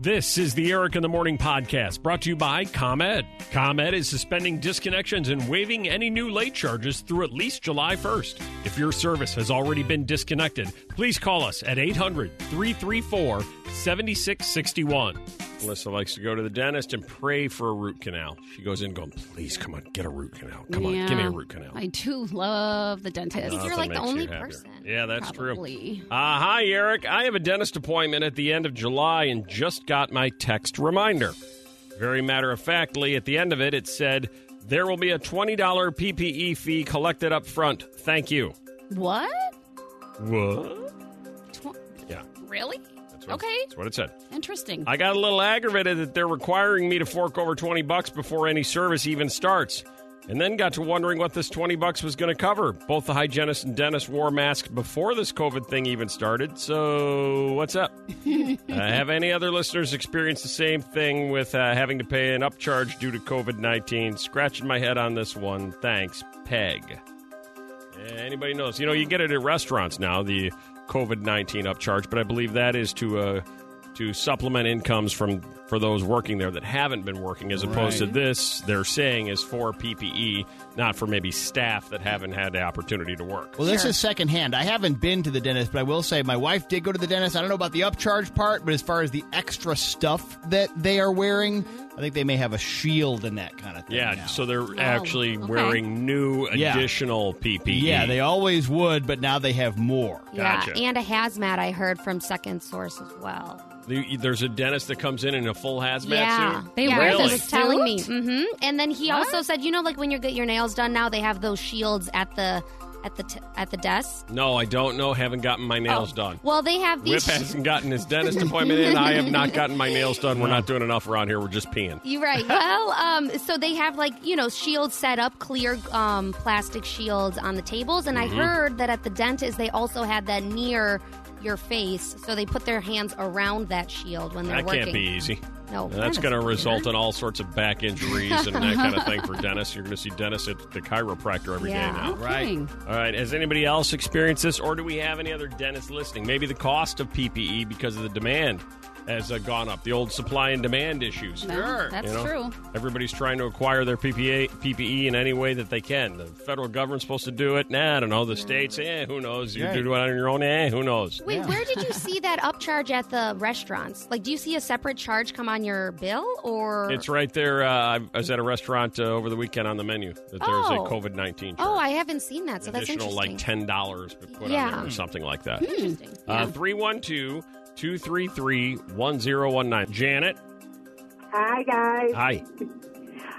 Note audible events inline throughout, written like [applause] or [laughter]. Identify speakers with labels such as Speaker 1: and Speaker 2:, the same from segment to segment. Speaker 1: This is the Eric in the Morning podcast brought to you by ComEd. ComEd is suspending disconnections and waiving any new late charges through at least July 1st. If your service has already been disconnected, please call us at 800 334 7661. Melissa likes to go to the dentist and pray for a root canal. She goes in going, please, come on, get a root canal. Come on, give me a root canal.
Speaker 2: I do love the dentist.
Speaker 1: Nothing
Speaker 3: you're like the
Speaker 1: makes
Speaker 3: only
Speaker 1: you happier.
Speaker 3: person,
Speaker 1: Yeah, that's true.
Speaker 2: Probably.
Speaker 1: Uh, hi, Eric. I have a dentist appointment at the end of July and just got my text reminder. Very matter of factly, at the end of it, it said, There will be a $20 PPE E fee collected up front. Thank you.
Speaker 2: What?
Speaker 1: What?
Speaker 2: Tw-
Speaker 1: Yeah.
Speaker 2: really?
Speaker 1: That's what
Speaker 2: Okay.
Speaker 1: That's what it said.
Speaker 2: Interesting.
Speaker 1: I got a little aggravated that they're requiring me to fork over 20 bucks before any service even starts. And then got to wondering what this 20 bucks was going to cover. Both the hygienist and dentist wore masks before this COVID thing even started. So, what's up? uh, have any other listeners experienced the same thing with uh, having to pay an upcharge due to COVID 19? Scratching my head on this one. Thanks, Peg. Yeah, anybody knows? You know, you get it at restaurants now, the COVID nineteen upcharge, but I believe that is to uh, to supplement incomes from for those working there that haven't been working, as opposed to this they're saying is for PPE, not for maybe staff that haven't had the opportunity to work.
Speaker 4: Well, this is secondhand. I haven't been to the dentist, but I will say my wife did go to the dentist. I don't know about the upcharge part, but as far as the extra stuff that they are wearing, I think they may have a shield and that kind of thing.
Speaker 1: Yeah,
Speaker 4: now.
Speaker 1: so they're actually
Speaker 2: okay.
Speaker 1: wearing new
Speaker 4: Oh, Yeah.
Speaker 1: additional E. PPE.
Speaker 4: yeah, they always would, but now they have more.
Speaker 1: Gotcha.
Speaker 3: Yeah, and a hazmat I heard from second source as well.
Speaker 1: The- There's a dentist that comes in in a full hazmat
Speaker 3: yeah,
Speaker 1: suit.
Speaker 3: they
Speaker 2: Yeah,
Speaker 3: were.
Speaker 1: really?
Speaker 3: He was telling me.
Speaker 2: Suit?
Speaker 3: hmm And then he also said, you know, like when you get your nails done now, they have those shields at the at the t- at the desk.
Speaker 1: No, I don't know. Haven't gotten my nails
Speaker 3: Oh.
Speaker 1: done.
Speaker 3: Well, they have
Speaker 1: Whip
Speaker 3: [laughs] these.
Speaker 1: hasn't gotten his dentist appointment in. I have not gotten my nails done. We're not doing enough around here. We're just peeing.
Speaker 3: You're right. Well, um, so they have like you know shields set up, clear um, plastic shields on the tables, and
Speaker 1: Mm-hmm.
Speaker 3: I heard that at the dentist they also had that near your face, so they put their hands around that shield when they're
Speaker 1: That
Speaker 3: working.
Speaker 1: can't be easy.
Speaker 3: No,
Speaker 1: That's going to result in all sorts of back injuries and that kind of thing
Speaker 3: [laughs]
Speaker 1: for dentists. You're going to see dentists at the chiropractor every day
Speaker 3: Yeah.
Speaker 1: now.
Speaker 4: Right.
Speaker 2: Kidding.
Speaker 1: All right. Has anybody else experienced this, or do we have any other dentists listening? Maybe the cost of PPE because of the demand has uh, gone up. The old supply and demand issues.
Speaker 2: No, That's
Speaker 1: You know,
Speaker 2: true.
Speaker 1: Everybody's trying to acquire their PPA, PPE E in any way that they can. The federal government's supposed to do it. Nah, I don't know. The states, eh, who knows? You
Speaker 4: Right.
Speaker 1: do it on your own, eh, who knows?
Speaker 3: Wait, where did
Speaker 1: [laughs]
Speaker 3: you see that upcharge at the restaurants? Like, do you see a separate charge come on your bill, or
Speaker 1: It's right there. Uh, I was at a restaurant uh, over the weekend on the menu that there was
Speaker 3: Oh.
Speaker 1: a COVID 19
Speaker 3: oh, I haven't seen that, so that's
Speaker 1: additional like
Speaker 3: interesting.
Speaker 1: $10 we put
Speaker 3: Yeah. Hmm.
Speaker 1: on there or something like that.
Speaker 3: Interesting.
Speaker 1: Uh, 312 233 1019. Janet.
Speaker 5: Hi, guys.
Speaker 1: Hi.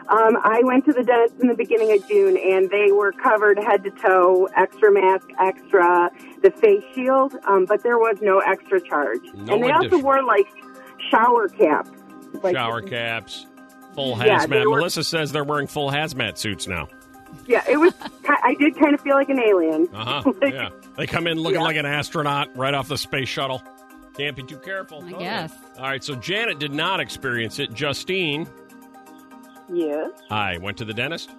Speaker 5: Um, I went to the dentist in the beginning of June, and they were covered head to toe, extra mask, extra the face shield, um, but there was no extra charge.
Speaker 1: No
Speaker 5: and they also
Speaker 1: addition.
Speaker 5: wore like shower caps. Like,
Speaker 1: Shower caps, full
Speaker 5: Yeah,
Speaker 1: hazmat.
Speaker 5: they were-
Speaker 1: Melissa says they're wearing full hazmat suits now.
Speaker 5: Yeah, it
Speaker 1: [laughs]
Speaker 5: was. I did kind of feel like an alien.
Speaker 1: Uh huh.
Speaker 5: [laughs] Like,
Speaker 1: yeah. They come in looking
Speaker 5: Yeah.
Speaker 1: like an astronaut right off the space shuttle. Can't be too careful.
Speaker 2: I guess.
Speaker 1: All right. So Janet did not experience it. Justine,
Speaker 6: Yes,
Speaker 1: I went to the dentist.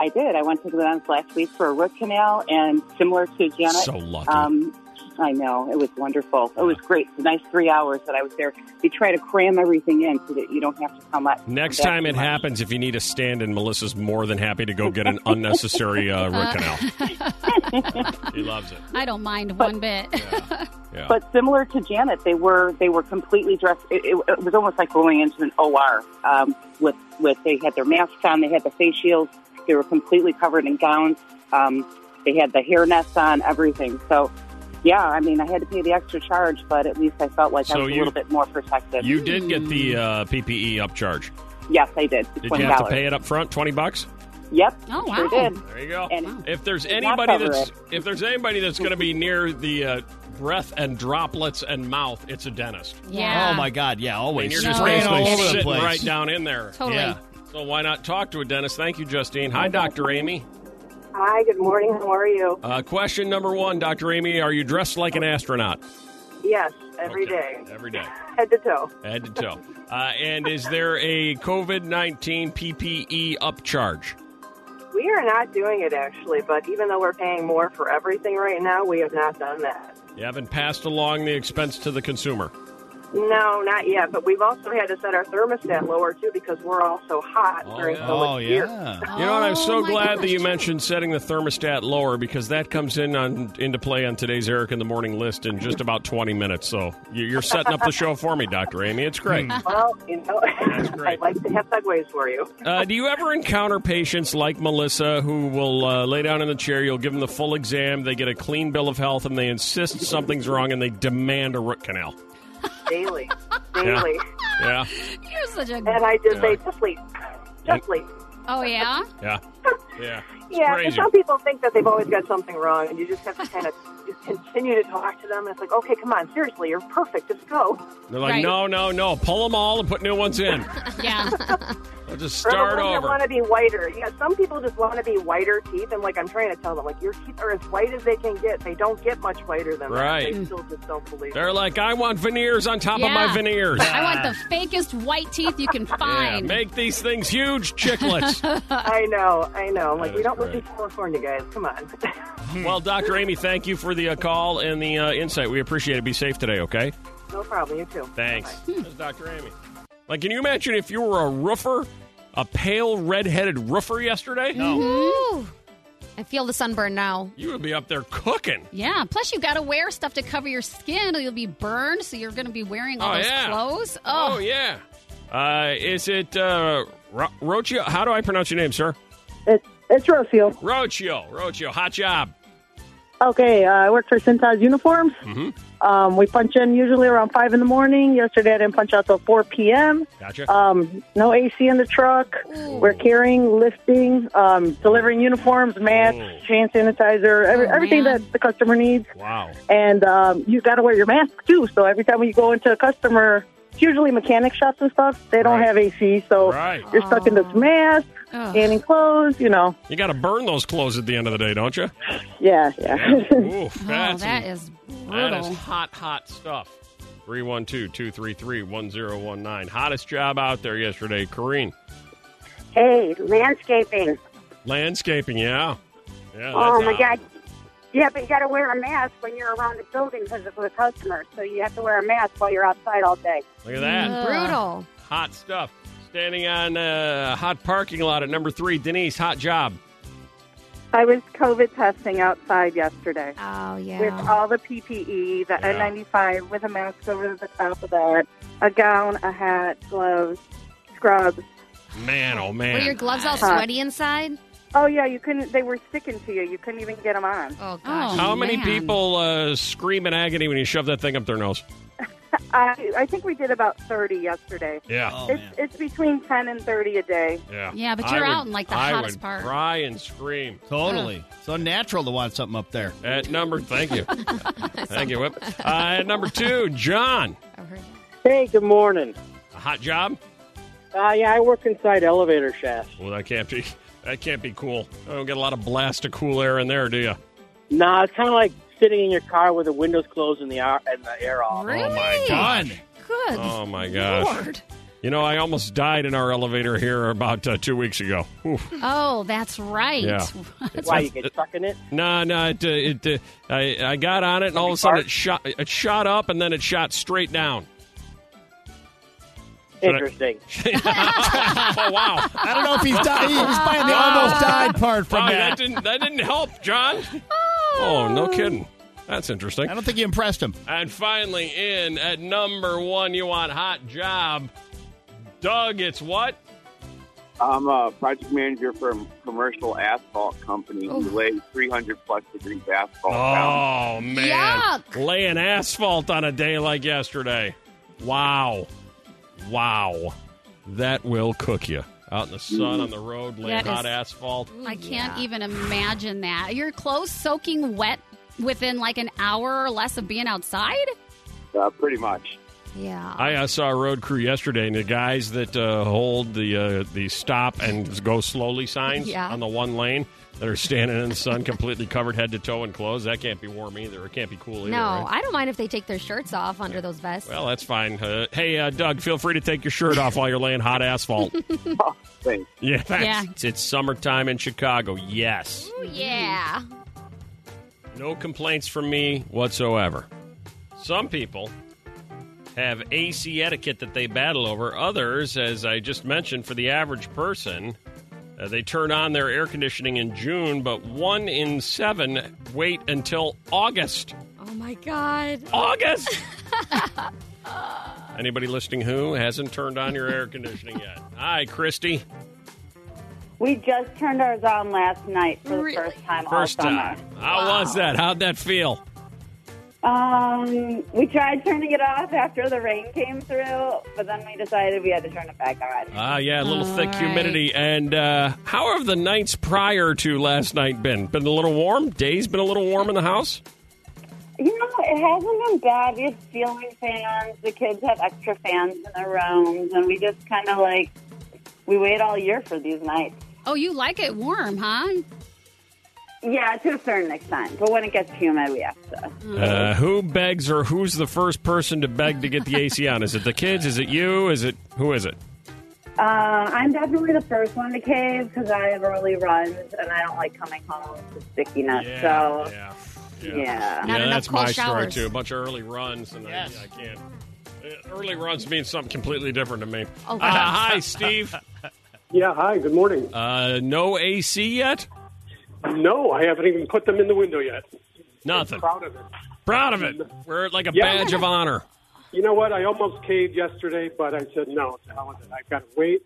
Speaker 6: I did. I went to the dentist last week for a root canal, and similar to Janet,
Speaker 1: so lucky.
Speaker 6: um, I know it was wonderful. It was great. The nice three hours that I was there. They try to cram everything in so that you don't have to come up.
Speaker 1: Next
Speaker 6: back
Speaker 1: time
Speaker 6: too
Speaker 1: it
Speaker 6: much.
Speaker 1: happens, if you need a stand in, Melissa's more than happy to go get an
Speaker 6: [laughs]
Speaker 1: unnecessary uh, root canal. she loves it.
Speaker 2: I don't mind one bit.
Speaker 1: Yeah.
Speaker 6: But similar to Janet, they were they were completely dressed. It, it, it was almost like going into an OR um, with with they had their masks on, they had the face shields, they were completely covered in gowns. Um, they had the hair nets on, everything. So, yeah, I mean, I had to pay the extra charge, but at least I felt like
Speaker 1: So
Speaker 6: I was
Speaker 1: you-
Speaker 6: a little bit more protected.
Speaker 1: you did get the uh, PPE upcharge.
Speaker 6: yes, I did.
Speaker 1: Did
Speaker 6: Twenty
Speaker 1: you have to
Speaker 6: dollars.
Speaker 1: pay it up front? Twenty bucks.
Speaker 6: Yep.
Speaker 2: Oh,
Speaker 6: I sure
Speaker 2: wow.
Speaker 6: did.
Speaker 1: There you go.
Speaker 6: And-
Speaker 1: if there's
Speaker 6: Did not
Speaker 1: anybody
Speaker 6: cover
Speaker 1: that's
Speaker 6: it.
Speaker 1: if there's anybody that's going to be near the uh, breath and droplets and mouth, it's a dentist.
Speaker 2: [laughs] Yeah.
Speaker 4: Oh my God! Yeah,
Speaker 1: And
Speaker 4: always
Speaker 1: you're just
Speaker 4: spraying
Speaker 1: basically
Speaker 4: all over the
Speaker 1: sitting
Speaker 4: place.
Speaker 1: right down in there.
Speaker 2: Totally.
Speaker 4: Yeah.
Speaker 1: So why not talk to a dentist? Thank you, Justine. Hi, Dr. Amy.
Speaker 5: Hi, good morning. How are you?
Speaker 1: Uh, question number one, Dr. Amy, are you dressed like an astronaut?
Speaker 5: Yes, every day,
Speaker 1: Okay. Every day.
Speaker 5: head to toe.
Speaker 1: Head to toe. Uh, and is there a COVID 19 PPE E upcharge?
Speaker 5: We are not doing it actually, but even though we're paying more for everything right now, we have not done that.
Speaker 1: You haven't passed along the expense to the consumer.
Speaker 5: No, not yet. But we've also had to set our thermostat lower too because we're all so hot
Speaker 1: Oh,
Speaker 5: during
Speaker 1: yeah.
Speaker 5: so much
Speaker 4: Oh
Speaker 5: heat.
Speaker 4: yeah.
Speaker 1: You know what? I'm
Speaker 2: Oh,
Speaker 1: so
Speaker 2: my
Speaker 1: glad that
Speaker 2: gosh.
Speaker 1: you mentioned setting the thermostat lower because that comes in on into play on today's Eric in the Morning list in just about 20 minutes. So you- you're setting up the show for me, Dr. Amy. It's great.
Speaker 2: Hmm.
Speaker 5: Well, you know, [laughs] I'd
Speaker 1: great.
Speaker 5: like to have segues for you.
Speaker 1: Uh, do you ever encounter patients like Melissa who will uh, lay down in the chair? You'll give them the full exam, they get a clean bill of health, and they insist something's wrong and they demand a root canal.
Speaker 5: Daily. Daily.
Speaker 1: Yeah,
Speaker 2: You're such a.
Speaker 5: And I just
Speaker 1: Yeah.
Speaker 5: say, just leave. Just leave. [laughs]
Speaker 2: Oh yeah.
Speaker 1: yeah, yeah. It's
Speaker 5: Yeah, and
Speaker 1: crazy.
Speaker 5: some people think that they've always got something wrong, and you just have to kind of just continue to talk to them. And it's like, okay, come on, seriously, you're perfect. Just go.
Speaker 1: They're like,
Speaker 2: Right.
Speaker 1: no, no, no. Pull them all and put new ones in.
Speaker 2: Yeah.
Speaker 5: Or "Oh,
Speaker 1: I'll just
Speaker 5: the
Speaker 1: start
Speaker 5: ones that
Speaker 1: over.
Speaker 5: want to be whiter. Yeah, some people just want to be whiter teeth, and like I'm trying to tell them, like your teeth are as white as they can get. They don't get much whiter than
Speaker 1: Right.
Speaker 5: that. They still just don't believe.
Speaker 1: They're
Speaker 5: it.
Speaker 1: like, I want veneers on top of
Speaker 2: Yeah.
Speaker 1: my veneers.
Speaker 2: I want the fakest white teeth you can
Speaker 1: [laughs] Yeah,
Speaker 2: find.
Speaker 1: make these things huge,
Speaker 2: [laughs]
Speaker 1: chiclets.
Speaker 5: I know, I know. I'm like
Speaker 1: That
Speaker 5: we
Speaker 1: is
Speaker 5: don't live in
Speaker 1: great.
Speaker 5: California, guys. Come on. [laughs]
Speaker 1: well, Dr. Amy, thank you for the uh, call and the uh, insight. We appreciate it. Be safe today, okay?
Speaker 5: no problem. You too.
Speaker 1: Thanks.
Speaker 2: Hmm.
Speaker 1: That's Dr. Amy. Like, can you imagine if you were a roofer, a pale, red-headed roofer yesterday?
Speaker 2: Mm-hmm.
Speaker 1: No.
Speaker 3: Ooh. I feel the sunburn now.
Speaker 1: You would be up there cooking.
Speaker 2: Yeah. Plus, you've got to wear stuff to cover your skin, or you'll be burned. So you're going to be wearing all
Speaker 1: Oh,
Speaker 2: those
Speaker 1: yeah.
Speaker 2: clothes.
Speaker 1: Oh,
Speaker 2: Oh,
Speaker 1: yeah. Uh, is it uh, Ro- Rocio? How do I pronounce your name, sir?
Speaker 7: It's, it's Rocio.
Speaker 1: Rocio. Rocio. Hot job.
Speaker 7: Okay, uh, I work for Cintas Uniforms. Um, we punch in usually around 5 in the morning. Yesterday I didn't punch out till 4 p.m.
Speaker 1: Gotcha.
Speaker 2: Uh.
Speaker 7: Um, no AC in the truck. We're carrying, lifting, um, delivering uniforms, masks,
Speaker 1: Ooh.
Speaker 7: hand sanitizer, every,
Speaker 2: Oh,
Speaker 7: everything
Speaker 2: man.
Speaker 7: that the customer needs.
Speaker 1: wow.
Speaker 7: And um, you got to wear your mask too. So every time when you go into a customer, it's usually mechanic shops and stuff, they don't
Speaker 1: Right.
Speaker 7: have AC. So
Speaker 1: Right.
Speaker 7: you're stuck in this mask,
Speaker 2: Oh, Ugh.
Speaker 7: scanning clothes, you know.
Speaker 1: You got to burn those clothes at the end of the day, don't
Speaker 2: [laughs]
Speaker 1: you?
Speaker 7: Yeah, [laughs] yeah.
Speaker 1: Oof,
Speaker 2: Oh,
Speaker 1: that's
Speaker 2: that is
Speaker 1: That
Speaker 2: brutal.
Speaker 1: is hot, hot stuff. 312 233 1019. Hottest job out there yesterday, Corrine.
Speaker 8: Hey, landscaping.
Speaker 1: Landscaping, yeah. yeah
Speaker 8: oh
Speaker 4: um,
Speaker 1: that's
Speaker 8: my
Speaker 1: hot.
Speaker 8: God. Yeah, but you got to wear a mask when you're around the building because of the customers. So you have to wear a mask while you're outside all day.
Speaker 1: Look at that.
Speaker 3: mm, Brutal.
Speaker 2: Mm-hmm.
Speaker 1: Hot stuff. Standing on a hot parking lot at number three. Denise, hot job.
Speaker 9: I was COVID testing outside yesterday
Speaker 3: Oh
Speaker 9: with
Speaker 3: yeah.
Speaker 9: all the PPE, the
Speaker 1: Yeah.
Speaker 9: N95 with a mask over the top of that, a gown, a hat, gloves, scrubs.
Speaker 1: Man, oh
Speaker 3: Were your
Speaker 1: man.
Speaker 3: gloves all
Speaker 9: Huh.
Speaker 3: sweaty inside?
Speaker 9: Oh yeah, you couldn't. They were sticking to you. You couldn't even get them on.
Speaker 3: Oh
Speaker 2: Oh,
Speaker 3: gosh.
Speaker 1: How many
Speaker 2: man.
Speaker 1: people uh, scream in agony when you shove that thing up their nose?
Speaker 9: I, I think we did about 30 yesterday.
Speaker 1: Yeah. [laughs]
Speaker 4: Oh,
Speaker 9: it's
Speaker 4: man.
Speaker 9: it's between 10 and 30 a day.
Speaker 1: Yeah.
Speaker 2: Yeah, but
Speaker 1: I
Speaker 2: you're
Speaker 1: would-
Speaker 2: out in, like, the
Speaker 1: I
Speaker 2: hottest
Speaker 1: would
Speaker 2: part.
Speaker 1: Cry and scream.
Speaker 4: Totally. So natural to want something up there.
Speaker 1: At number, thank
Speaker 2: [laughs]
Speaker 1: you. thank you, Whip. Uh, at number two, John.
Speaker 3: I've heard
Speaker 7: Hey, good morning.
Speaker 1: A hot job?
Speaker 7: Uh, yeah, I work inside elevator shafts.
Speaker 1: Well, that can't be. That can't be cool. I don't get a lot of blast of cool air in there, do you?
Speaker 7: Nah, it's kind of like sitting in your car with the windows closed and the air, and the air
Speaker 2: that.
Speaker 7: off.
Speaker 2: Really?
Speaker 1: Oh my
Speaker 4: Done.
Speaker 2: Good.
Speaker 1: Oh my gosh!
Speaker 2: Lord.
Speaker 1: You know, I almost died in our elevator here about uh, two weeks ago. Oof.
Speaker 2: Oh, that's right.
Speaker 1: Yeah.
Speaker 7: Why you get stuck in it?
Speaker 1: No, no, it, uh, it, uh, I, I got on it, and all of a sudden it shot, it shot up, and then it shot straight down. [laughs] I-
Speaker 7: Interesting.
Speaker 1: oh [laughs] wow!
Speaker 4: I don't know if [laughs] he's died. He's playing the almost died part from
Speaker 1: Wow, Oh. that
Speaker 4: that.
Speaker 1: didn't that didn't help, John. Oh, no kidding. That's interesting.
Speaker 4: I don't think you impressed him.
Speaker 1: And finally, in at number one, you want hot job, Doug. It's what?
Speaker 10: I'm a project manager for a commercial asphalt company who lays 300 plus degrees asphalt down.
Speaker 1: Oh man!
Speaker 3: Yuck.
Speaker 1: Laying asphalt on a day like yesterday. Wow, wow, that will cook you out in the sun on the road, laying
Speaker 2: That
Speaker 1: hot
Speaker 2: is-
Speaker 1: asphalt.
Speaker 2: [laughs] I can't even imagine that. Your clothes soaking wet within like an hour or less of being outside?
Speaker 10: Uh, pretty much.
Speaker 3: Yeah.
Speaker 1: I uh, saw a road crew yesterday, and the guys that uh, hold the uh, the stop and go slowly signs
Speaker 3: Yeah.
Speaker 1: on the one lane that are standing in the sun, completely covered head to toe in clothes. That can't be warm either. It can't be cool either.
Speaker 3: No,
Speaker 1: right?
Speaker 3: I don't mind if they take their shirts off under those vests.
Speaker 1: Well, that's fine. Uh, hey, uh, Doug, feel free to take your shirt off while you're laying hot asphalt.
Speaker 10: Thanks.
Speaker 1: yeah, thanks.
Speaker 2: Yeah.
Speaker 1: It's, it's summertime in Chicago. Yes.
Speaker 3: Ooh, yeah.
Speaker 1: No complaints from me whatsoever. Some people have AC etiquette that they battle over. Others, as I just mentioned, for the average person, uh, they turn on their air conditioning in June, but one in seven wait until August.
Speaker 3: Oh my God.
Speaker 1: August!
Speaker 11: [laughs]
Speaker 1: Anybody listening who hasn't turned on your air conditioning yet? Hi, Christy.
Speaker 11: We just turned ours on last night for the first time
Speaker 1: First
Speaker 11: all summer.
Speaker 1: time. How was that? How'd that feel?
Speaker 11: Um, we tried turning it off after the rain came through, but then we decided we had to turn it back on.
Speaker 1: Ah, yeah, a little
Speaker 11: All
Speaker 1: thick
Speaker 11: right.
Speaker 1: humidity. And uh, how have the nights prior to last night been? Been a little warm? Days been a little warm in the house?
Speaker 11: You know, it
Speaker 6: Oh,
Speaker 11: hasn't been bad. We had ceiling fans. The kids have extra fans in their rooms, and we just kind of like we wait all year for these nights.
Speaker 2: Oh, you like it warm, huh?
Speaker 11: Yeah, to a certain extent. But when it gets humid, we have to.
Speaker 1: Uh, who begs or who's the first person to beg to get the AC on? Is it the kids? Is it you? Is it who is it?
Speaker 11: Uh, I'm definitely the first one to cave because I have early runs and I don't like coming home with stickiness.
Speaker 1: Yeah,
Speaker 11: so,
Speaker 1: yeah,
Speaker 11: yeah.
Speaker 1: yeah, that's my story too. A bunch of early runs, and I, I can't. uh, Early runs means something completely different to me.
Speaker 12: Oh,
Speaker 1: Uh,
Speaker 12: God.
Speaker 1: hi, Steve.
Speaker 12: [laughs] Yeah, hi, good morning.
Speaker 1: Uh, no AC yet?
Speaker 12: No, I haven't even put them in the window yet.
Speaker 1: Nothing.
Speaker 12: Proud of it.
Speaker 1: Proud of it. We're like a
Speaker 12: Yeah.
Speaker 1: badge of honor.
Speaker 12: You know what? I almost caved yesterday, but I said, no, to hell with it. I've got to wait,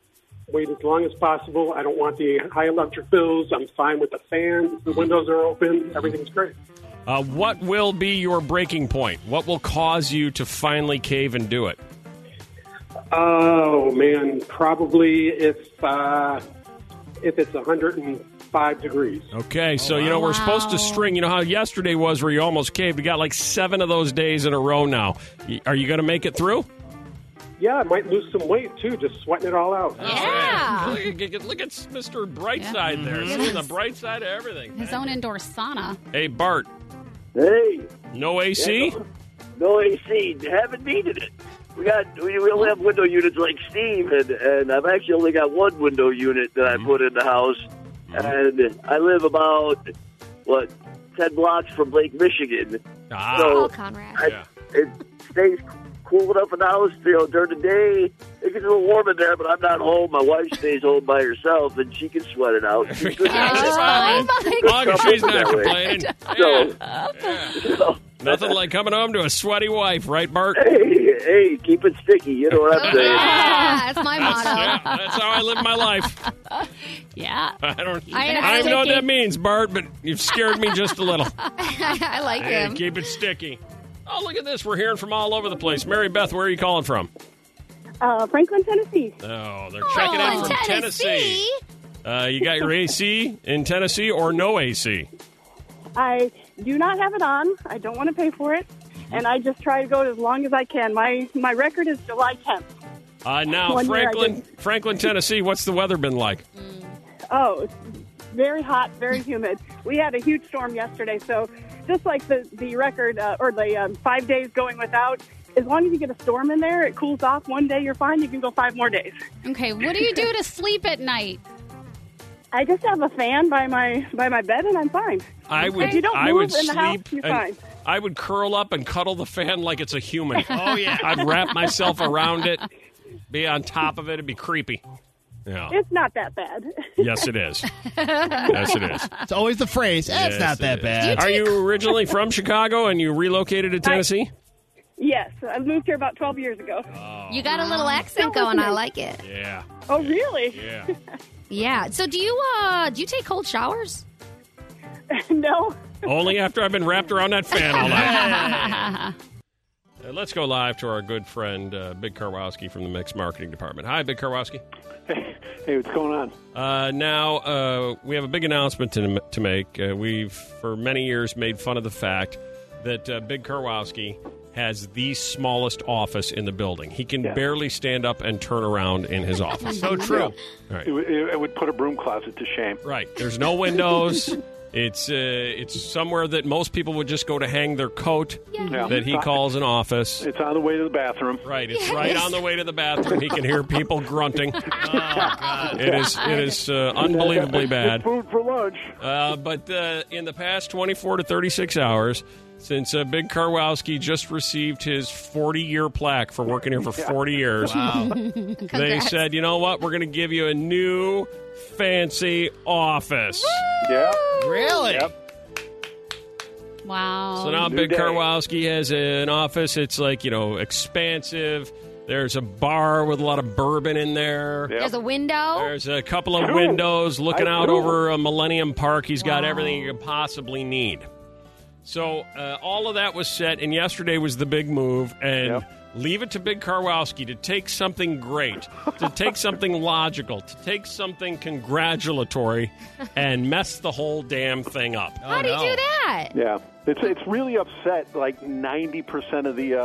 Speaker 12: wait as long as possible. I don't want the high electric bills. I'm fine with the fans. The windows are open. Everything's great.
Speaker 1: Uh, what will be your breaking point? What will cause you to finally cave and do it?
Speaker 12: Oh, man. Probably if, uh, if it's 105 degrees.
Speaker 1: Okay, so you know we're supposed to string. You know how yesterday was, where you almost caved. We got like seven of those days in a row now. Y- Are you going to make it through?
Speaker 12: Yeah, I might lose some weight, too, just sweating it all
Speaker 9: Oh,
Speaker 12: out.
Speaker 1: Look, at- look at Mr. Brightside there.
Speaker 2: Mhm.
Speaker 1: Seeing the bright side of everything.
Speaker 2: His own indoor sauna.
Speaker 1: Hey, Bart.
Speaker 13: Hey.
Speaker 1: No AC.
Speaker 13: No AC. Haven't needed it. We got we we only have window units like Steve, and and I've actually only got one window unit that I put in the house, and I live about what ten blocks from Lake Michigan.
Speaker 1: Ah.
Speaker 13: So
Speaker 3: Oh, Conrad.
Speaker 13: I, it stays cool enough in the house. You know, during the day it gets a little warm in there, but I'm not home. My wife stays home by herself, and she can sweat it out. She's
Speaker 1: [laughs]
Speaker 13: good at it.
Speaker 3: Oh,
Speaker 1: As long as she's not complaining.
Speaker 13: So,
Speaker 1: Nothing like coming home to a sweaty wife, right, Bart?
Speaker 13: hey, hey, keep it sticky. You know what I'm saying?
Speaker 2: Yeah, that's my
Speaker 1: That's-
Speaker 2: motto.
Speaker 1: yeah, that's how I live my life.
Speaker 2: Yeah.
Speaker 1: I don't.
Speaker 2: I
Speaker 1: I,
Speaker 2: am
Speaker 1: don't know what
Speaker 2: sticky.
Speaker 1: that means, Bart, but you've scared me just a [laughs] little.
Speaker 3: [laughs]
Speaker 2: I like
Speaker 1: Hey,
Speaker 2: him.
Speaker 1: keep it sticky. Oh, look at this. We're hearing from all over the place. Mary Beth, where are you calling from?
Speaker 9: Uh, Franklin, Tennessee.
Speaker 1: Oh, they're checking in from Tennessee. Uh, you got your AC in Tennessee or no AC?
Speaker 9: I do not have it on. I don't want to pay for it, and I just try to go as long as I can. My my record is July 10th.
Speaker 1: Uh, now,
Speaker 9: One year I
Speaker 1: Franklin, Franklin, Tennessee, what's the weather been like?
Speaker 9: Oh, it's very hot, very humid. We had a huge storm yesterday, so just like the the record uh, or the um, five days going without. As long as you get a storm in there, it cools off. One day you're fine. You can go five more days.
Speaker 2: Okay, what do you do to sleep at night?
Speaker 9: I just have a fan by my by my bed, and I'm fine.
Speaker 1: I would,
Speaker 9: If you don't
Speaker 1: I
Speaker 9: move
Speaker 1: would
Speaker 9: in
Speaker 1: sleep.
Speaker 9: the house, you're
Speaker 1: and
Speaker 9: fine.
Speaker 1: I would curl up and cuddle the fan like it's a human. [laughs] Oh yeah, I'd wrap myself around it, be on top of it. It'd be creepy. Yeah.
Speaker 9: It's not that bad. [laughs]
Speaker 1: Yes, it is. Yes, it is.
Speaker 4: It's always the phrase. Eh, it's
Speaker 1: Yes,
Speaker 4: not
Speaker 1: it
Speaker 4: that
Speaker 1: is.
Speaker 4: bad.
Speaker 1: Are you originally from Chicago and you relocated to Tennessee?
Speaker 9: yes, I moved here about 12 years ago.
Speaker 3: You got a little accent
Speaker 9: Don't
Speaker 3: going. I
Speaker 9: listen
Speaker 3: like it.
Speaker 1: yeah.
Speaker 9: to- Oh, really?
Speaker 1: Yeah.
Speaker 3: Yeah. So do you uh do you take cold showers?
Speaker 9: [laughs] no.
Speaker 1: Only after I've been wrapped around that fan all night. Uh, let's go live to our good friend uh, Big Karwowski from the Mix Marketing Department. Hi, Big Karwowski.
Speaker 14: [laughs] Hey, what's going on?
Speaker 1: Uh, now uh, we have a big announcement to, to make. Uh, we've for many years made fun of the fact that uh, Big Karwowski has the smallest office in the building. He can
Speaker 14: Yeah.
Speaker 1: barely stand up and turn around in
Speaker 14: [laughs]
Speaker 1: his office.
Speaker 14: So true.
Speaker 1: All right.
Speaker 14: It, would- it would put a broom closet to shame.
Speaker 1: Right. There's no windows. It's uh, it's somewhere that most people would just go to hang their coat
Speaker 14: Yeah.
Speaker 1: that he calls an office.
Speaker 14: It's on the way to the bathroom.
Speaker 1: Right. It's right on the way to the bathroom. He can hear people
Speaker 14: [laughs]
Speaker 1: grunting. Oh, It is it is uh, unbelievably bad.
Speaker 14: Food for lunch.
Speaker 1: Uh, but uh, in the past 24 to 36 hours, Since uh, Big Karwowski just received his 40 year plaque for working here for 40 years, they
Speaker 15: Congrats.
Speaker 1: said, you know what? We're going to give you a new fancy office.
Speaker 14: Yeah.
Speaker 4: Really?
Speaker 2: Wow.
Speaker 1: So now Big Karwowski has an office. It's like, you know, expansive. There's a bar with a lot of bourbon in there.
Speaker 3: There's a window.
Speaker 1: There's a couple of windows looking
Speaker 3: Oh. I-
Speaker 1: out
Speaker 3: ooh.
Speaker 1: over uh, Millennium Park. He's got
Speaker 3: Wow.
Speaker 1: everything you could possibly need. So uh, all of that was set, and yesterday was the big move. And leave it to Big Karwowski to take something great,
Speaker 3: [laughs]
Speaker 1: to take something logical, to take something congratulatory, and mess the whole damn thing up.
Speaker 3: How do you do that?
Speaker 14: Yeah, it's it's really upset like ninety percent of the uh,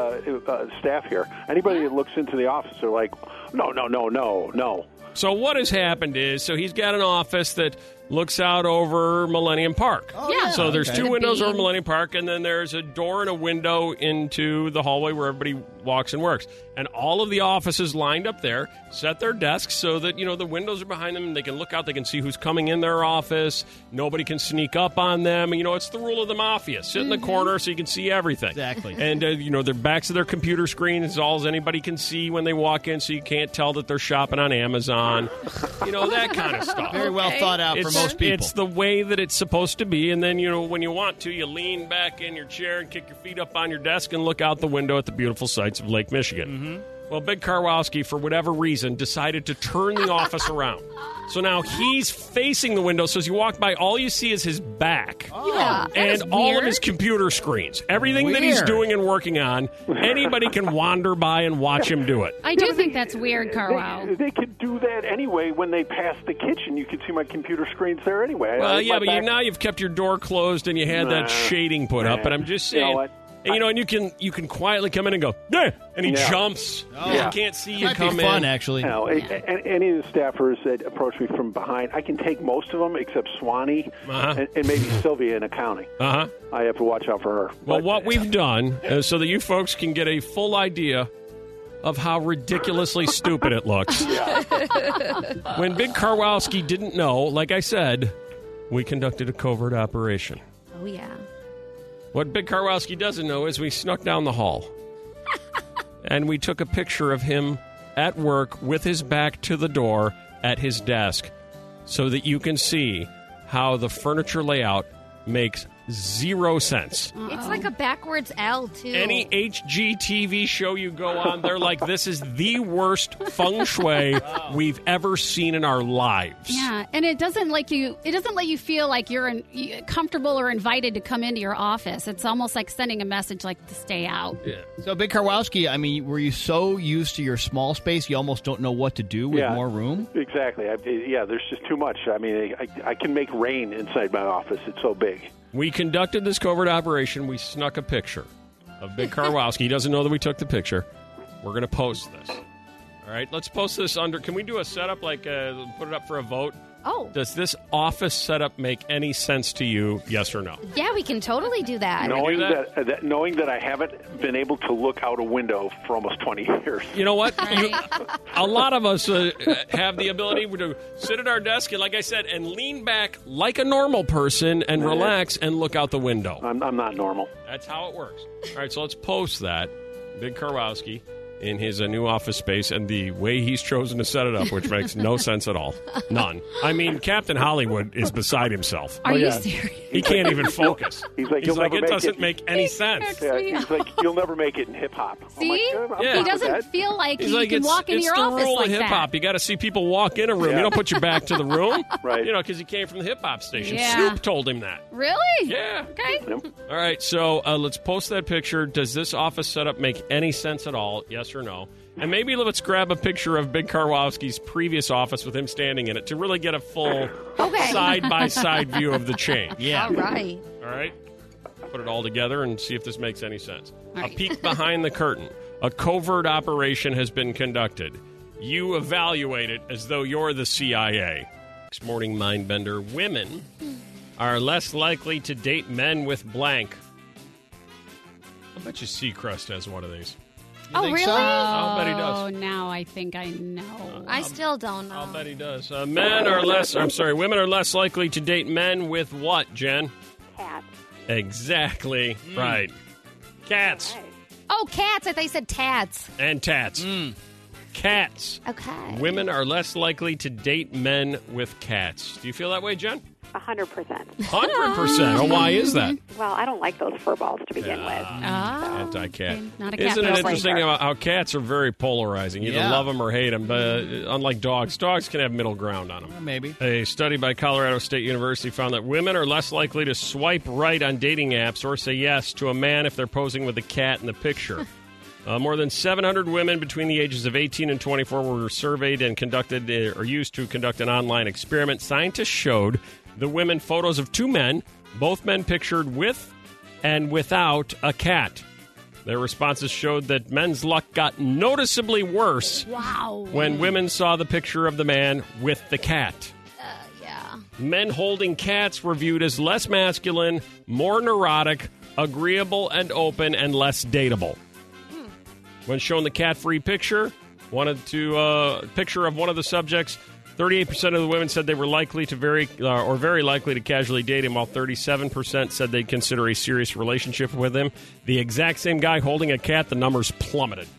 Speaker 14: uh, staff here. Anybody that looks into the office are like, no, no, no, no, no.
Speaker 1: So what has happened is, so he's got an office that looks out over Millennium Park.
Speaker 15: Oh, yeah.
Speaker 1: So there's
Speaker 15: Okay.
Speaker 1: two
Speaker 15: The
Speaker 1: windows over
Speaker 15: beam.
Speaker 1: Millennium Park, and then there's a door and a window into the hallway where everybody walks and works. And all of the offices lined up there set their desks so that you know the windows are behind them. They can look out. They can see who's coming in their office. Nobody can sneak up on them. You know, it's the rule of the mafia: sit in the corner so you can see everything.
Speaker 4: Exactly.
Speaker 1: And uh, you know, their backs of their computer screen is all as anybody can see when they walk in, so you can't tell that they're shopping on Amazon. you know that kind of stuff.
Speaker 4: Very well Okay. thought out for
Speaker 1: It's-
Speaker 4: most people.
Speaker 1: It's the way that it's supposed to be, and then you know when you want to, you lean back in your chair and kick your feet up on your desk and look out the window at the beautiful sights of Lake Michigan.
Speaker 4: Mm-hmm.
Speaker 1: Well, Big Karwowski, for whatever reason, decided to turn the office around. So now he's facing the window. So as you walk by, all you see is his back
Speaker 15: Yeah.
Speaker 1: and all of his computer screens. Everything that he's
Speaker 15: Weird.
Speaker 1: doing and working on, anybody can wander by and watch him do it.
Speaker 2: I do think that's weird, Carwow.
Speaker 14: They, they could do that anyway when they pass the kitchen. You could see my computer screens there anyway.
Speaker 1: Well,
Speaker 14: I-
Speaker 1: yeah,
Speaker 14: my
Speaker 1: but
Speaker 14: back-
Speaker 1: you, now you've kept your door closed and you had
Speaker 14: Nah.
Speaker 1: that shading put up.
Speaker 14: Nah.
Speaker 1: But I'm just
Speaker 14: You know
Speaker 1: saying,
Speaker 14: what?
Speaker 1: and, you know, and you can you can quietly come in and go, yeah, and he
Speaker 14: Yeah.
Speaker 1: jumps.
Speaker 14: Oh.
Speaker 1: He
Speaker 14: Yeah.
Speaker 1: can't see you
Speaker 4: Might be
Speaker 1: come
Speaker 4: fun,
Speaker 1: in.
Speaker 4: actually.
Speaker 14: You know, a- a- any of the staffers that approach me from behind, I can take most of them except Swanee
Speaker 1: Uh-huh.
Speaker 14: and, and maybe Sylvia in accounting.
Speaker 1: Uh huh.
Speaker 14: I have to watch out for her.
Speaker 1: Well, what
Speaker 14: [laughs]
Speaker 1: we've done uh, so that you folks can get a full idea of how ridiculously stupid it
Speaker 14: [laughs]
Speaker 1: looks. When Big Karwowski didn't know, like I said, we conducted a covert operation.
Speaker 3: Oh yeah.
Speaker 1: What Big Karwowski doesn't know is we snuck down the hall and we took a picture of him at work with his back to the door at his desk so that you can see how the furniture layout makes zero sense.
Speaker 3: It's like a backwards L too.
Speaker 1: Any HGTV show you go on, they're like, this is the worst feng shui we've ever seen in our lives.
Speaker 2: Yeah, and it doesn't like you. It doesn't let you feel like you're in, you- comfortable or invited to come into your office. It's almost like sending a message like to stay out.
Speaker 4: So, Big Karwowski, I mean, were you so used to your small space you almost don't know what to do with
Speaker 14: Yeah.
Speaker 4: more room?
Speaker 14: Exactly. I, yeah, there's just too much. I mean, I, I can make rain inside my office. It's so big.
Speaker 1: We conducted this covert operation. We snuck a picture of Big Karwowski. He doesn't know that we took the picture. We're going to post this. All right, let's post this under. Can we do a setup like uh, put it up for a vote?
Speaker 3: Oh.
Speaker 1: Does this office setup make any sense to you? Yes or no?
Speaker 3: Yeah, we can totally do that.
Speaker 14: knowing that? That, knowing that I haven't been able to look out a window for almost 20 years.
Speaker 1: You know what?
Speaker 2: [laughs]
Speaker 1: You, a lot of us uh, have the ability to sit at our desk and, like I said, and lean back like a normal person and relax and look out the window.
Speaker 14: I'm, I'm not normal.
Speaker 1: That's how it works. All right, so let's post that. Big Karwowski in his uh, new office space and the way he's chosen to set it up, which makes no sense at all. None. I mean, Captain Hollywood is beside himself.
Speaker 14: Are Oh, you yeah.
Speaker 2: serious?
Speaker 1: He can't even focus.
Speaker 14: [laughs] He's like,
Speaker 1: He's
Speaker 14: "You'll
Speaker 1: like,
Speaker 14: never
Speaker 1: it
Speaker 14: make
Speaker 1: doesn't
Speaker 14: it."
Speaker 1: make any sense.
Speaker 14: Yeah, he's like, you'll never make it in hip hop.
Speaker 2: See,
Speaker 1: Oh I'm Yeah.
Speaker 2: he
Speaker 1: fine with
Speaker 2: doesn't
Speaker 1: that.
Speaker 2: feel like
Speaker 1: He's
Speaker 2: you
Speaker 1: like,
Speaker 2: can
Speaker 1: it's,
Speaker 2: walk into
Speaker 1: it's
Speaker 2: your
Speaker 1: the
Speaker 2: office
Speaker 1: rule
Speaker 2: like
Speaker 1: of hip
Speaker 2: that.
Speaker 1: hop. You got to see people walk in a room.
Speaker 14: Yeah.
Speaker 1: You don't put your back to the room.
Speaker 14: [laughs] Right.
Speaker 1: You know, because he came from the hip hop station.
Speaker 2: Yeah.
Speaker 1: Snoop told him that.
Speaker 2: Really?
Speaker 1: Yeah.
Speaker 2: Okay.
Speaker 1: All right, so uh, let's post that picture. Does this office setup make any sense at all? Yes or no? And maybe let's grab a picture of Big Karwowski's previous office with him standing in it to really get a full
Speaker 3: Okay.
Speaker 1: side by side view of the change.
Speaker 3: All right.
Speaker 1: All right. Put it all together and see if this makes any sense. A peek behind the curtain. A covert operation has been conducted. You evaluate it as though you're the CIA. Next morning, Mindbender women are less likely to date men with blank. I bet you Seacrest has one of these.
Speaker 2: oh,
Speaker 1: think
Speaker 2: really?
Speaker 1: so? I'll bet he does.
Speaker 2: Oh, now I think I know.
Speaker 3: I still don't know.
Speaker 1: Um, I'll bet he does. Uh, men are less, I'm sorry, women are less likely to date men with what, Jen?
Speaker 8: Cat.
Speaker 1: Exactly right. Cats
Speaker 3: Oh, cats. I thought you said tats.
Speaker 1: and tats.
Speaker 15: Mm.
Speaker 1: Cats.
Speaker 3: Okay.
Speaker 1: Women are less likely to date men with cats. Do you feel that way, Jen?
Speaker 15: 100%.
Speaker 1: 100%. Oh,
Speaker 15: [laughs]
Speaker 1: why is that?
Speaker 15: Well, I don't like those fur balls to begin with.
Speaker 1: Anti cat.
Speaker 15: Oh, not a cat
Speaker 1: Isn't it
Speaker 15: person.
Speaker 1: interesting how, how cats are very polarizing? You either
Speaker 4: Yeah.
Speaker 1: love them or hate them, but uh, unlike dogs, dogs can have middle ground on them.
Speaker 2: [laughs]
Speaker 4: Maybe.
Speaker 1: A study by Colorado State University found that women are less likely to swipe right on dating apps or say yes to a man if they're posing with a cat in the picture. Uh, more than 700 women between the ages of 18 and 24 were surveyed and conducted uh, or used to conduct an online experiment. Scientists showed the women photos of two men, both men pictured with and without a cat. Their responses showed that men's luck got noticeably worse
Speaker 2: Wow.
Speaker 1: when women saw the picture of the man with the cat.
Speaker 3: Yeah.
Speaker 1: Men holding cats were viewed as less masculine, more neurotic, agreeable and open, and less dateable. When shown the cat-free picture, wanted to uh, picture of one of the subjects. Thirty-eight percent of the women said they were likely to very uh, or very likely to casually date him, while thirty-seven percent said they'd consider a serious relationship with him. The exact same guy holding a cat, the numbers plummeted.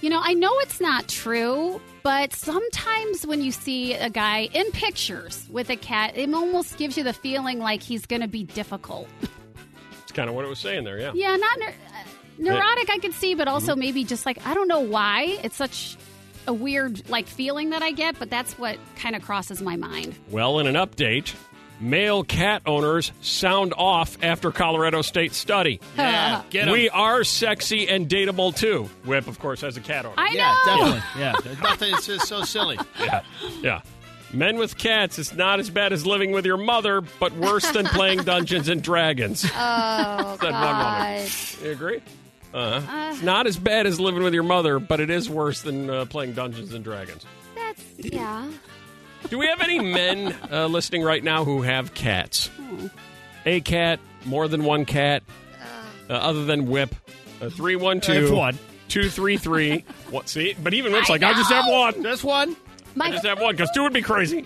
Speaker 2: You know, I know it's not true, but sometimes when you see a guy in pictures with a cat, it almost gives you the feeling like he's going to be difficult. [laughs]
Speaker 1: It's kind of what it was saying there, yeah.
Speaker 2: Yeah, not neur- uh, neurotic, I could see, but also
Speaker 1: Mm-hmm.
Speaker 2: maybe just like, I don't know why. It's such a weird, like, feeling that I get, but that's what kind of crosses my mind.
Speaker 1: Well, in an update, male cat owners sound off after Colorado State study.
Speaker 2: Yeah,
Speaker 4: get 'em.
Speaker 1: We are sexy and dateable too. Whip, of course, has a cat owner.
Speaker 2: I
Speaker 4: yeah,
Speaker 2: know. [laughs]
Speaker 4: definitely. Yeah, There's nothing. It's just so silly.
Speaker 1: Yeah, yeah. Men with cats is not as bad as living with your mother, but worse than playing Dungeons and Dragons.
Speaker 3: Oh,
Speaker 1: [laughs] Said one woman.
Speaker 3: God.
Speaker 1: You agree? Uh-huh. It's not as bad as living with your mother, but it is worse than uh, playing Dungeons and Dragons.
Speaker 3: That's, yeah.
Speaker 1: Do we have any men uh, listening right now who have cats? A cat, more than one cat, uh, other than Whip. Uh, 312
Speaker 4: I have one.
Speaker 1: 233. What, see? But even Whip's
Speaker 4: I
Speaker 1: like, I just have
Speaker 4: know!
Speaker 1: one.
Speaker 4: Just one.
Speaker 1: I just have one because two would be crazy.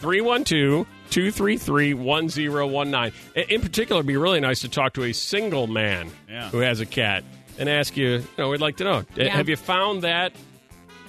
Speaker 1: 312 233 1019. In particular, it'd be really nice to talk to a single man
Speaker 4: Yeah.
Speaker 1: who has a cat and ask you, you know, we'd like to know,
Speaker 2: Yeah.
Speaker 1: have you found that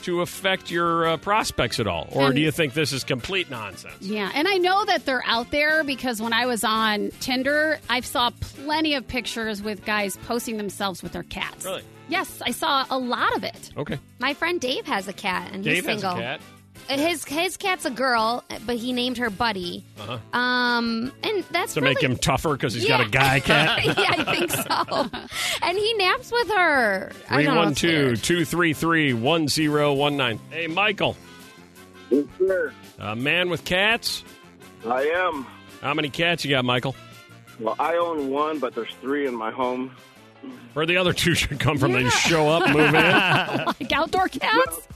Speaker 1: to affect your uh, prospects at all? Or
Speaker 3: Um,
Speaker 2: And-
Speaker 1: do you think this is complete nonsense?
Speaker 2: Yeah, and I know that they're out there because when I was on Tinder, I saw plenty of pictures with guys posting themselves with their cats.
Speaker 1: Really?
Speaker 2: Yes, I saw a lot of it. [laughs]
Speaker 1: Okay.
Speaker 3: My friend Dave has a cat, and
Speaker 1: Dave
Speaker 3: he's single.
Speaker 1: has a cat.
Speaker 3: Uh, His his cat's a girl, but he named her Buddy.
Speaker 1: Uh-huh.
Speaker 3: Um, and that's
Speaker 1: To
Speaker 3: really,
Speaker 1: make him tougher because he's got
Speaker 3: Yeah.
Speaker 1: a
Speaker 3: [laughs]
Speaker 1: guy cat.
Speaker 3: yeah, I think so. And he naps with her. I don't know, it's weird.
Speaker 1: 312 233 1019. Hey, Michael,
Speaker 10: Yes, sir.
Speaker 1: a man with cats.
Speaker 10: I am.
Speaker 1: How many cats you got, Michael?
Speaker 10: Well, I own one, but there's three in my home.
Speaker 1: Where the other [laughs] two should come from? They just show up, move
Speaker 2: [laughs]
Speaker 1: in.
Speaker 2: like outdoor cats?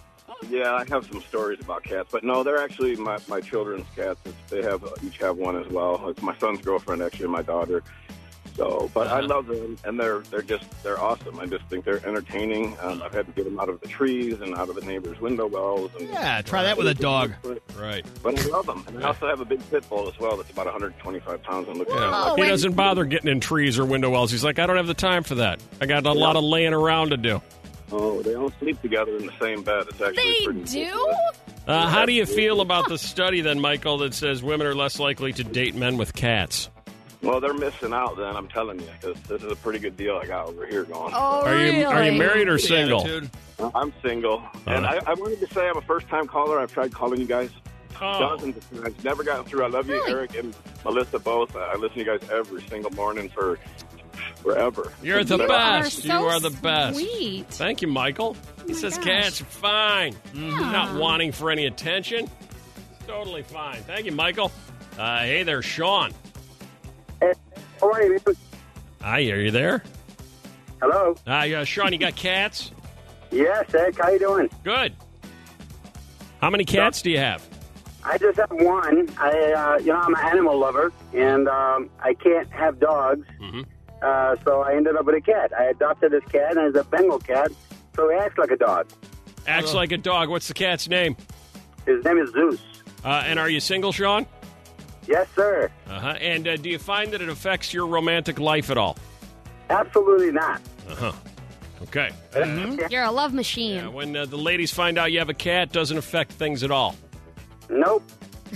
Speaker 10: Yeah, I have some stories about cats, but no, they're actually my, my children's cats. It's- They have each have one as well. It's my son's girlfriend, actually, and my daughter. So, but
Speaker 4: Uh-huh.
Speaker 10: I love them, and they're they're just they're awesome. I just think they're entertaining. Um, I've had to get them out of the trees and out of the neighbors' window wells. And
Speaker 4: Yeah, try that with a dog.
Speaker 1: Right.
Speaker 10: But I love them, and I also have a big pit bull as well that's about 125 pounds. And looking at him
Speaker 1: Yeah.
Speaker 10: like,
Speaker 1: He doesn't bother getting in trees or window wells. He's like, I don't have the time for that. I got a lot of laying around to do.
Speaker 10: oh, they all sleep together in the same bed. It's actually pretty
Speaker 1: Uh, how do you feel about the study then, Michael, that says women are less likely to date men with cats?
Speaker 10: Well, they're missing out then, I'm telling you, 'cause this is a pretty good deal I got over here going.
Speaker 3: Oh,
Speaker 1: Are you are you married or single?
Speaker 4: Oh,
Speaker 10: I'm single. and I, I wanted to say I'm a first time caller. I've tried calling you guys
Speaker 1: Oh.
Speaker 10: dozens of times. Never gotten through. I love you, Eric and Melissa both. I I listen to you guys every single morning for forever.
Speaker 1: You're the
Speaker 10: But- uh,
Speaker 1: best.
Speaker 2: so
Speaker 1: you are the best.
Speaker 2: sweet.
Speaker 1: Thank you, Michael. he says
Speaker 2: Oh gosh.
Speaker 1: cats are fine. Not
Speaker 2: Yeah.
Speaker 1: wanting for any attention. Totally fine. Thank you, Michael. Uh, hey there, Sean.
Speaker 16: How are you?
Speaker 1: Hi, are you there?
Speaker 16: Hello.
Speaker 1: Uh, yeah, Sean, you got cats?
Speaker 16: Yes, Eric. How you doing?
Speaker 1: Good. How many cats do you have?
Speaker 16: I just have one. I, uh, you know, I'm an animal lover, and um, I can't have dogs, uh, so I ended up with a cat. I adopted this cat, and it's a Bengal cat, so he acts like a dog.
Speaker 1: Acts like a dog. What's the cat's name?
Speaker 16: His name is Zeus.
Speaker 1: Uh, and are you single, Sean?
Speaker 16: Yes, sir.
Speaker 1: Uh-huh. And uh, do you find that it affects your romantic life at all?
Speaker 16: Absolutely not.
Speaker 1: Uh-huh. Okay. Uh,
Speaker 3: You're a love machine.
Speaker 1: When uh, the ladies find out you have a cat, doesn't affect things at all.
Speaker 16: Nope.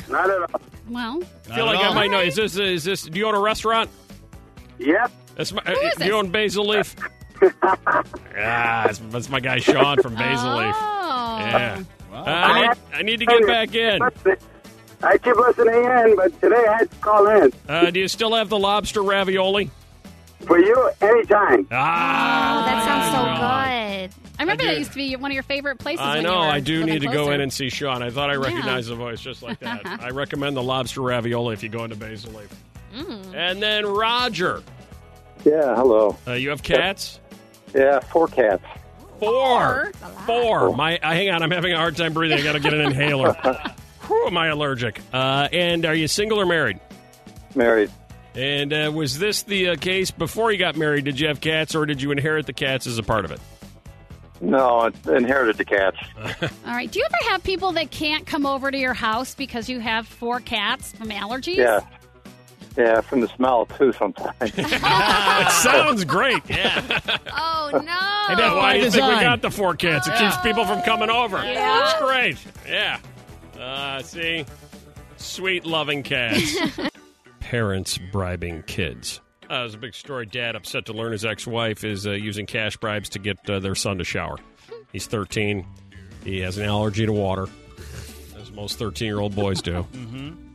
Speaker 16: Not at all.
Speaker 2: Well,
Speaker 1: I feel like I might know. Is this is this? Do you own a restaurant?
Speaker 16: Yep.
Speaker 1: That's my. uh, do you own Basil Leaf? ah, that's, that's my guy Sean from Basil Leaf.
Speaker 2: Oh.
Speaker 1: Yeah. Uh, I, need, I need to get back in.
Speaker 16: I keep listening in, but today I had to call in.
Speaker 1: Uh, do you still have the lobster ravioli?
Speaker 16: For you, anytime.
Speaker 1: Ah,
Speaker 3: that sounds so good.
Speaker 2: I remember that used to be one of your favorite places.
Speaker 1: I
Speaker 2: when
Speaker 1: know.
Speaker 2: You were
Speaker 1: I do
Speaker 2: living
Speaker 1: need to go
Speaker 2: closer.
Speaker 1: in and see Sean. I thought I recognized the voice just like [laughs] that. I recommend the lobster ravioli if you go into Basil Leaf. And then Roger,
Speaker 17: Yeah, hello.
Speaker 1: uh, you have cats.
Speaker 17: Yeah, four cats.
Speaker 1: Four. Four. My, uh, hang on, I'm having a hard time breathing. I got to [laughs] get an inhaler. Who am I allergic? Uh, and are you single or married?
Speaker 17: Married.
Speaker 1: And uh, was this the uh, case before you got married? Did you have cats, or did you inherit the cats as a part of it?
Speaker 17: No, I inherited the cats.
Speaker 2: All right. Do you ever have people that can't come over to your house because you have four cats from allergies?
Speaker 17: Yeah. Yeah, from the smell, too, sometimes.
Speaker 1: it sounds great. Yeah.
Speaker 3: Oh no!
Speaker 1: And that's
Speaker 3: Oh,
Speaker 1: why
Speaker 3: by
Speaker 1: you think we
Speaker 3: design.
Speaker 1: got the four cats. It keeps people from coming over.
Speaker 3: Yeah.
Speaker 1: It's great. Yeah. Uh, see? Sweet, loving
Speaker 3: [laughs]
Speaker 1: cats. Parents bribing kids. Uh, there's a big story. Dad upset to learn his ex-wife is uh, using cash bribes to get uh, their son to shower. He's 13. He has an allergy to water, as most 13-year-old boys do.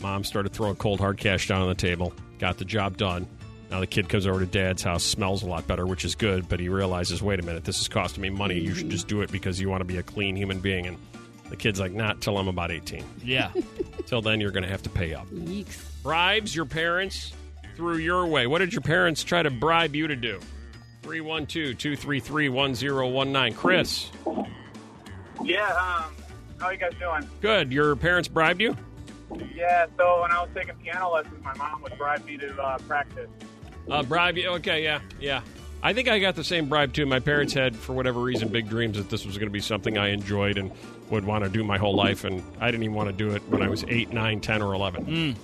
Speaker 1: Mom started throwing cold hard cash down on the table. Got the job done. Now the kid comes over to dad's house, smells a lot better, which is good, but he realizes, wait a minute, this is costing me money. You should just do it because you want to be a clean human being. And the kid's like, not till I'm about 18.
Speaker 4: Yeah.
Speaker 1: till then, you're going to have to pay up.
Speaker 2: Yeeks.
Speaker 1: Bribes your parents through your way. What did your parents try to bribe you to do? 312 233 1019. Chris,
Speaker 18: Yeah, um, how you guys doing?
Speaker 1: good. Your parents bribed you?
Speaker 18: Yeah, so when I was taking piano lessons, my mom would bribe me to uh, practice.
Speaker 1: Uh, bribe you? Okay, yeah, yeah. I think I got the same bribe too. My parents had, for whatever reason, big dreams that this was going to be something I enjoyed and would want to do my whole life, and I didn't even want to do it when I was eight, nine, ten, or eleven.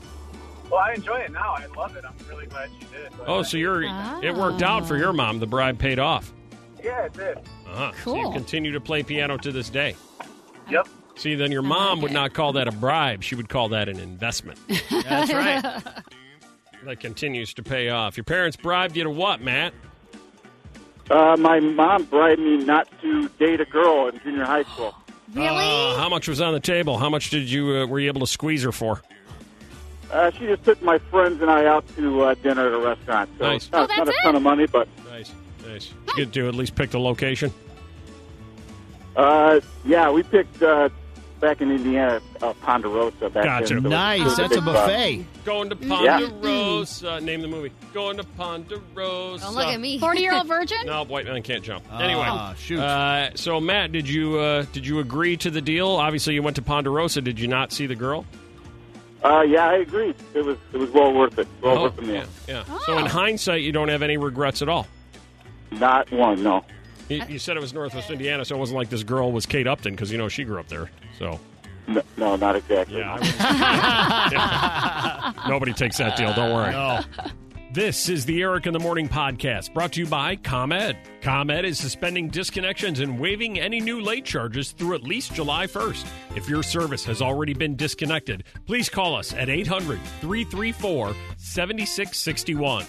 Speaker 18: Well, I enjoy it now. I love it. I'm really glad you did. but-
Speaker 1: Oh, so you're it worked out for your mom. The bribe paid off.
Speaker 18: Yeah, it did.
Speaker 1: Uh-huh. So you
Speaker 18: Cool.
Speaker 1: continue to play piano to this day.
Speaker 18: Yep.
Speaker 1: See, then your mom would not call that a bribe. She would call that an investment.
Speaker 4: That's
Speaker 1: right. that continues to pay off. Your parents bribed you to what, Matt?
Speaker 19: Uh, my mom bribed me not to date a girl in junior high school.
Speaker 1: Really? Uh, how much was on the table? How much did you uh, were you able to squeeze her for?
Speaker 19: Uh, she just took my friends and I out to uh, dinner at a restaurant. So
Speaker 1: Nice.
Speaker 19: it's
Speaker 3: Oh,
Speaker 19: not, not a ton of money, but
Speaker 1: Nice, nice. You get to at least pick the location.
Speaker 19: uh, yeah, we picked uh, back in Indiana uh, Ponderosa back
Speaker 1: Gotcha.
Speaker 19: then. so it was- it was big prize.
Speaker 1: Going to
Speaker 19: Yeah.
Speaker 1: Ponderosa. Uh, Name the movie. Going to Ponderosa.
Speaker 3: Don't look at me.
Speaker 2: 40-year-old virgin?
Speaker 1: No, white man can't jump.
Speaker 4: Ah,
Speaker 1: anyway,
Speaker 4: shoot.
Speaker 1: Uh, so Matt, did you uh, did you agree to the deal? Obviously, you went to Ponderosa. Did you not see the girl?
Speaker 19: Uh, yeah, I agree. It was it was well worth it. Well
Speaker 1: Oh,
Speaker 19: worth the meal.
Speaker 1: Yeah.
Speaker 3: Ah.
Speaker 1: So in hindsight, you don't have any regrets at all.
Speaker 19: Not one, no.
Speaker 1: You, you said it was Northwest Indiana, so it wasn't like this girl was Kate Upton because you know she grew up there. So
Speaker 19: No, no not exactly.
Speaker 1: Yeah, Nobody takes that deal. Don't worry.
Speaker 4: Oh.
Speaker 1: This is the Eric in the Morning podcast brought to you by ComEd. ComEd is suspending disconnections and waiving any new late charges through at least July 1st. If your service has already been disconnected, please call us at 800 334 7661.